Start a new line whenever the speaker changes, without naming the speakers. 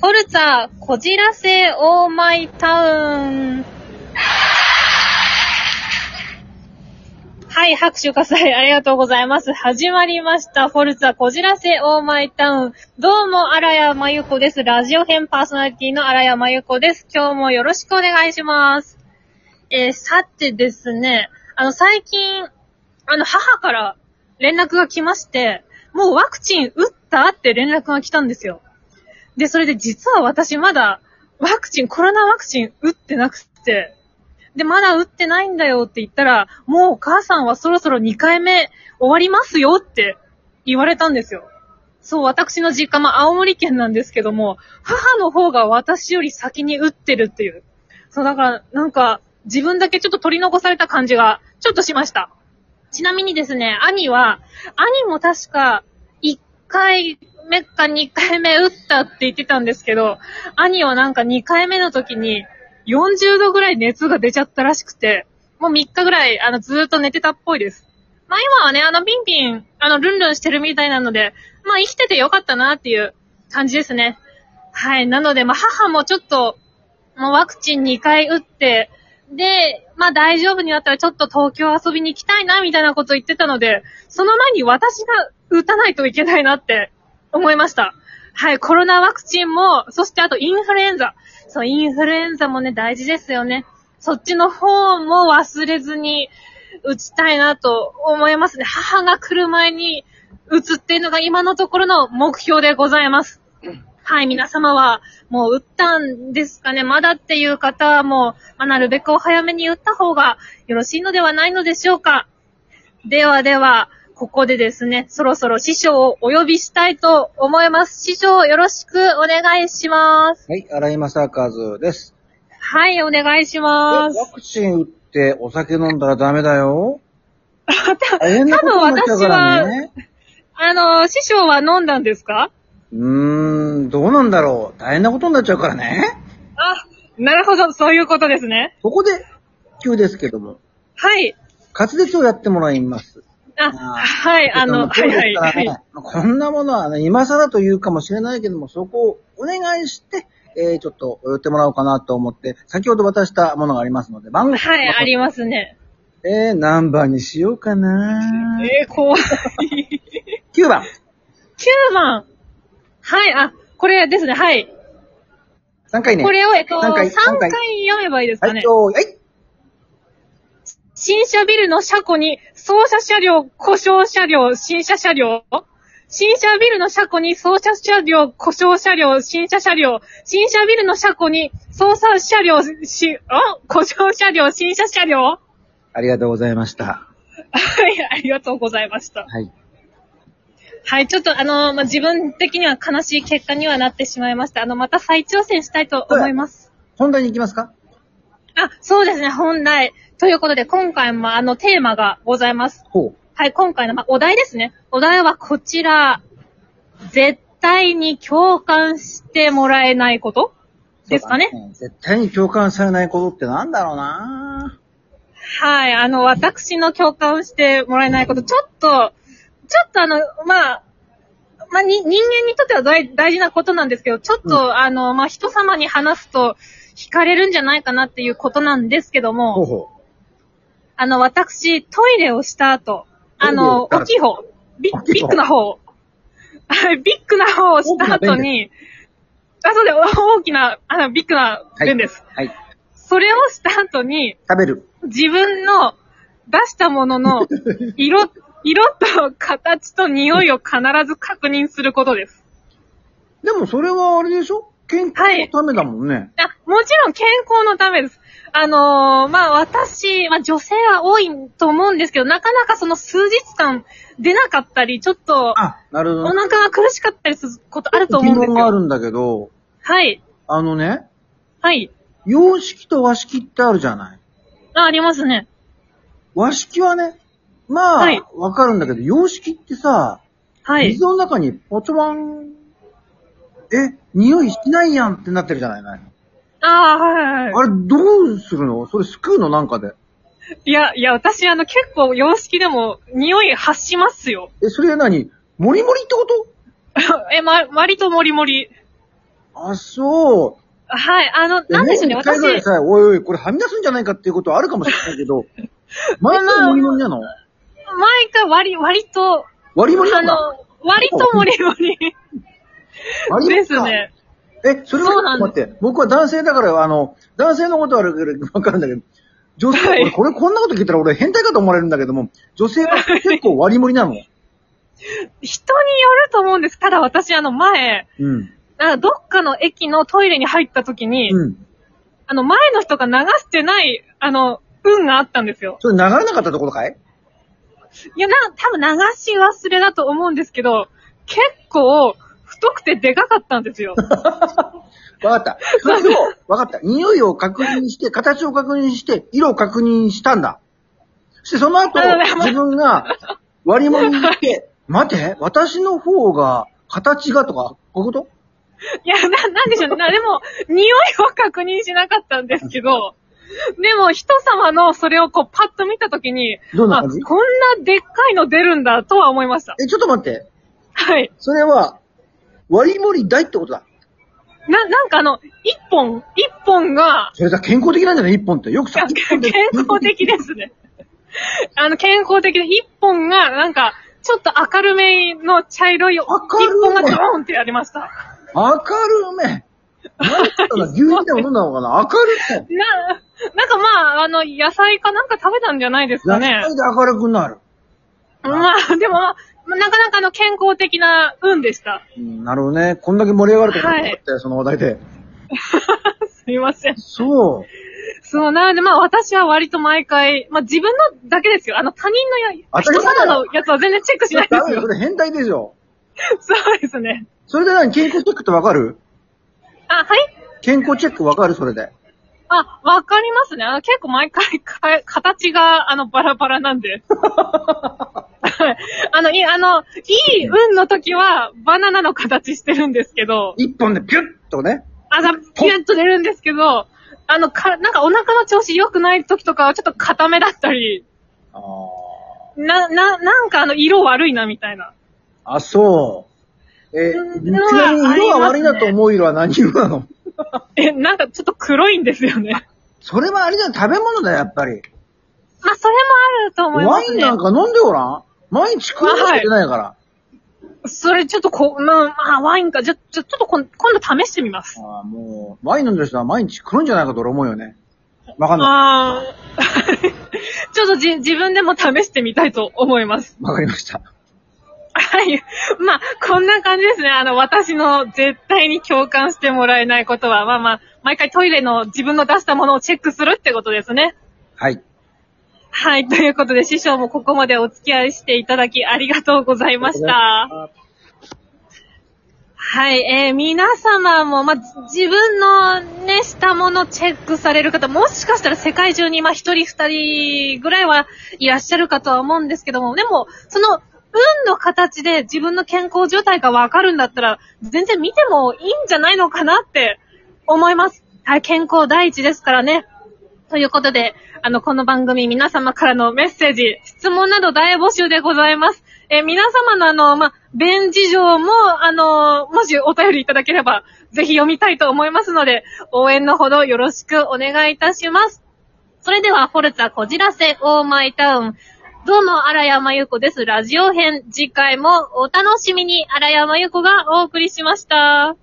ポルツァー、こじらせ、オーマイタウン。はい、拍手喝采ありがとうございます。始まりました。フォルツァこじらせオーマイタウン。どうも、荒谷真由子です。ラジオ編パーソナリティの荒谷真由子です。今日もよろしくお願いします。えー、さてですね、あの、最近、あの、母から連絡が来まして、もうワクチン打ったって連絡が来たんですよ。で、それで実は私まだワクチン、コロナワクチン打ってなくて、で、まだ打ってないんだよって言ったら、もうお母さんはそろそろ2回目終わりますよって言われたんですよ。そう、私の実家も青森県なんですけども、母の方が私より先に打ってるっていう。そう、だから、なんか、自分だけちょっと取り残された感じが、ちょっとしました。ちなみにですね、兄は、兄も確か、1回目か2回目打ったって言ってたんですけど、兄はなんか2回目の時に、40度ぐらい熱が出ちゃったらしくて、もう3日ぐらい、あの、ずーっと寝てたっぽいです。まあ今はね、あの、ビンビン、あの、ルンルンしてるみたいなので、まあ生きててよかったなっていう感じですね。はい。なので、まあ母もちょっと、もうワクチン2回打って、で、まあ大丈夫になったらちょっと東京遊びに行きたいな、みたいなこと言ってたので、その前に私が打たないといけないなって思いました。はい、コロナワクチンも、そしてあとインフルエンザ。そう、インフルエンザもね、大事ですよね。そっちの方も忘れずに打ちたいなと思いますね。母が来る前に打つっていうのが今のところの目標でございます。はい、皆様はもう打ったんですかね。まだっていう方はもう、まあなるべくお早めに打った方がよろしいのではないのでしょうか。ではでは、ここでですね、そろそろ師匠をお呼びしたいと思います。師匠よろしくお願いします。
はい、荒井正和です。
はい、お願いし
え
ま
ワ
す。
クチン打ってお酒飲んだらダメだよ。大変な
多分
ことになっちゃう
私
から
は、
ね。
あの、師匠は飲んだんですか
うーん、どうなんだろう。大変なことになっちゃうからね。
あ、なるほど、そういうことですね。
ここで、急ですけども、
はい。
滑舌をやってもらいます。
あ、
あー
はい、あの、
ち
はい
ょっと今日
は
で
い。
すから
は
ね
い
こんなものはね、今更というかもしれないけども、そこをお願いして、えー、ちょっと、寄ってもらおうかなと思って、先ほど渡したものがありますので、番号。
はい、ありますね。
えー、何番にしようかな。
えー、怖い。
9番。
9番。はい、あ、これですね、はい。
3回ね。
これを、えっと、3
三
回
回
読
三回
めばいいですか
はい、
ね。
よーいはい。
新車ビルの車庫に、操車車両、故障車両、新車車両。新車ビルの車庫に、操車車両、故障車両、新車車両。新車ビルの車庫に、操作車両、し、あ故障車両、新車車両は
ありがとうございました。
い、ありがとうございました。
はい。
はい、ちょっとあの、まあ、自分的には悲しい結果にはなってしまいました。あの、また再挑戦したいと思います。
本題に行きますか
あ、そうですね、本題。ということで、今回もあの、テーマがございます。
ほ
はい、今回の、まあ、お題ですね。お題はこちら。絶対に共感してもらえないこと
う。
ですかね
そうだ。絶対に共感されないことってなんだろうな
はい、あの、私の共感をしてもらえないこと、ちょっと、ちょっとあの、まあ、まあ、に人間にとっては大大事なことなんですけど、ちょっと、
う
あの、まあ、人様に話すと惹かれるんじゃないかなっていうことなんですけども、
ほうほ
あの、私、トイレをした後、あの、
ト
大
イレを
きい方、ビ
大
ッ
きい方
ビッグな方、はいビッグな方をした後に、あ、そうで、大きな、あの、ビッグな
う。
便です。
はい。
それをした後に、
食べる。
自分の出したもの の色、色と形と匂いを必ず確認することです。
でもそれはあれでしょ健康のためだもんね。
あ、もちろん健康のためです。あのーまあ、私、まあ、女性は多いと思うんですけど、なかなかその数日間出なかったり、ちょっと
あ、なるほ
お
ど。
腹が苦しかったりすることあると思うんで
疑
す
問があ
よ。
るんだけど、
はい。
あのね、
はい。
洋式と和式ってあるじゃない
あ、ありますね。
和式はね、まあ、わ、
はい
かるんだけど、洋式ってさ、
はい
水。の中にポチョバン、え、匂いしないやんってなってるじゃないない
ああ、はいはいは
あれ、どうするのそれすくうのなんかで。
い。いや、いや、私、あの、結構、洋式でも、匂い発しますよ。
え、それ何もりもりってこと
え、ま、割ともりもり。
あ、そう。
はい、あの、なんでしょうね、
年に一回
私
ぐ、らいさ、おいおい、これはみ出すんじゃないかっていうことはあるかもしれない けど、毎回盛り盛りなの
毎回割、割と、
割り盛りな
あ
んだ。
の、割と盛り盛り
割り盛
で
り
す
か。
ね。
え、それ
そ
は
うなん
待って、僕は男性だから、あの、男性のことはあるからわかるんだけど、女性、
はい
俺これこんなこと聞いたら俺変態かと思われるんだけども、女性は結構割り盛りなの。
人によると思うんです。ただ私、あの、前、
うん。
あどっかの駅のトイレに入った時に、
うん。
あの、前の人が流してない、あの、運があったんですよ。
それ流れなかったところかい
いや、な、多分流し忘れだと思うんですけど、結構、太くてでかかったんです よ。
わ かった。それを、わかった。匂いを確認して、形を確認して、色を確認したんだ。そしてその後
あま、あ
自分が割り物に行って、待て、私の方が、形がとか、こういうこと
いや、な、なんでしょうね。な、でも、匂いを確認しなかったんですけど、でも、人様のそれをこう、パッと見たときに、
どんな
あ、
感じ
こんなでっかいの出るんだ、とは思いました。
え、ちょっと待って。
はい。
それは、割り盛り大ってことだ。
な、なんかあの、一本、一本が、
それさ、健康的なんじゃない一本って。よく
い
さ
や、健康的ですね。 あの、健康的で、一本が、なんか、ちょっと明るめの茶色い、一
明る
本
い
がドーンってやりました。
明るめ。なんつったら牛乳でも飲んだのかな明る
な、なんかまあ、あの、野菜かなんか食べたんじゃないですか
め。
ね
野。菜で明るくなる。
まあ、でも、まあなかなかの健康的な運でした。
うんなるほどね。こんだけ盛り上がると思
は
っ
い
たよ、その話題で。
すいません。
そう。
そう、なのでまあ私は割と毎回、まあ自分のだけですよ。あの他人のや、
当たり
人
前だ
様のやつは全然チェックしないで
ダ
す
メ
よ
よ、そ。れ変態ですよ。
そうですね。
それで何健康チェックってわかる
あ、はい
健康チェックわかるそれで。
あ、わかりますね。あの結構毎回か、形が、あの、バラバラなんで。 はいあの、いい、あの、いい運の時は、バナナの形してるんですけど、
一本でピュッとね。
あざ、ピュッと出るんですけど、あの、か、なんかお腹の調子良くない時とかは、ちょっと固めだったり、
あ
な、な、なんかあの、色悪いな、みたいな。
あ。あ、そう。え
う
ー、
ん
ちなみに色は悪いなと思う色は何色なの
え、なんかちょっと黒いんです よね。
それはあれだよ、食べ物だよ、やっぱり。
まあ、それもあると思いま
ワイ
す
ン
ね。
なんか飲んでおらん毎日食うわけじゃないから。
それちょっとこ、まあ、まあ、ワインか。じゃ、ちょ、ちょっとこん今度試してみます。
ああ、もう、ワイン飲んでる人は毎日食うんじゃないかと俺思うよね。わかんな
ああ、 ちょっとじ、自分でも試してみたいと思います。
い。わかりました。
はい。 まあ、こんな感じですね。あの、私の絶対に共感してもらえないことは、まあまあ、毎回トイレの自分の出したものをチェックするってことですね。
はい。
はい。ということで、師匠もここまでお付き合いしていただきありがとうございました。はい、えー、皆様も、まあ、じ自分のね、したものチェックされる方、もしかしたら世界中に、まあ、一人二人ぐらいはいらっしゃるかとは思うんですけども、でも、その、運の形で自分の健康状態がわかるんだったら、全然見てもいいんじゃないのかなって思います。はい、健康第一ですからね。ということで、あの、この番組皆様からのメッセージ、質問など大募集でございます。えー皆様のあの、まあ、便事情も、あのもしお便りいただければ、ぜひ読みたいと思いますので、応援のほどよろしくお願いいたします。それでは、フォルツァこじらせ、オーマイタウン。どうも、荒山由子です。ラジオ編、次回もお楽しみに、荒山由子がお送りしました。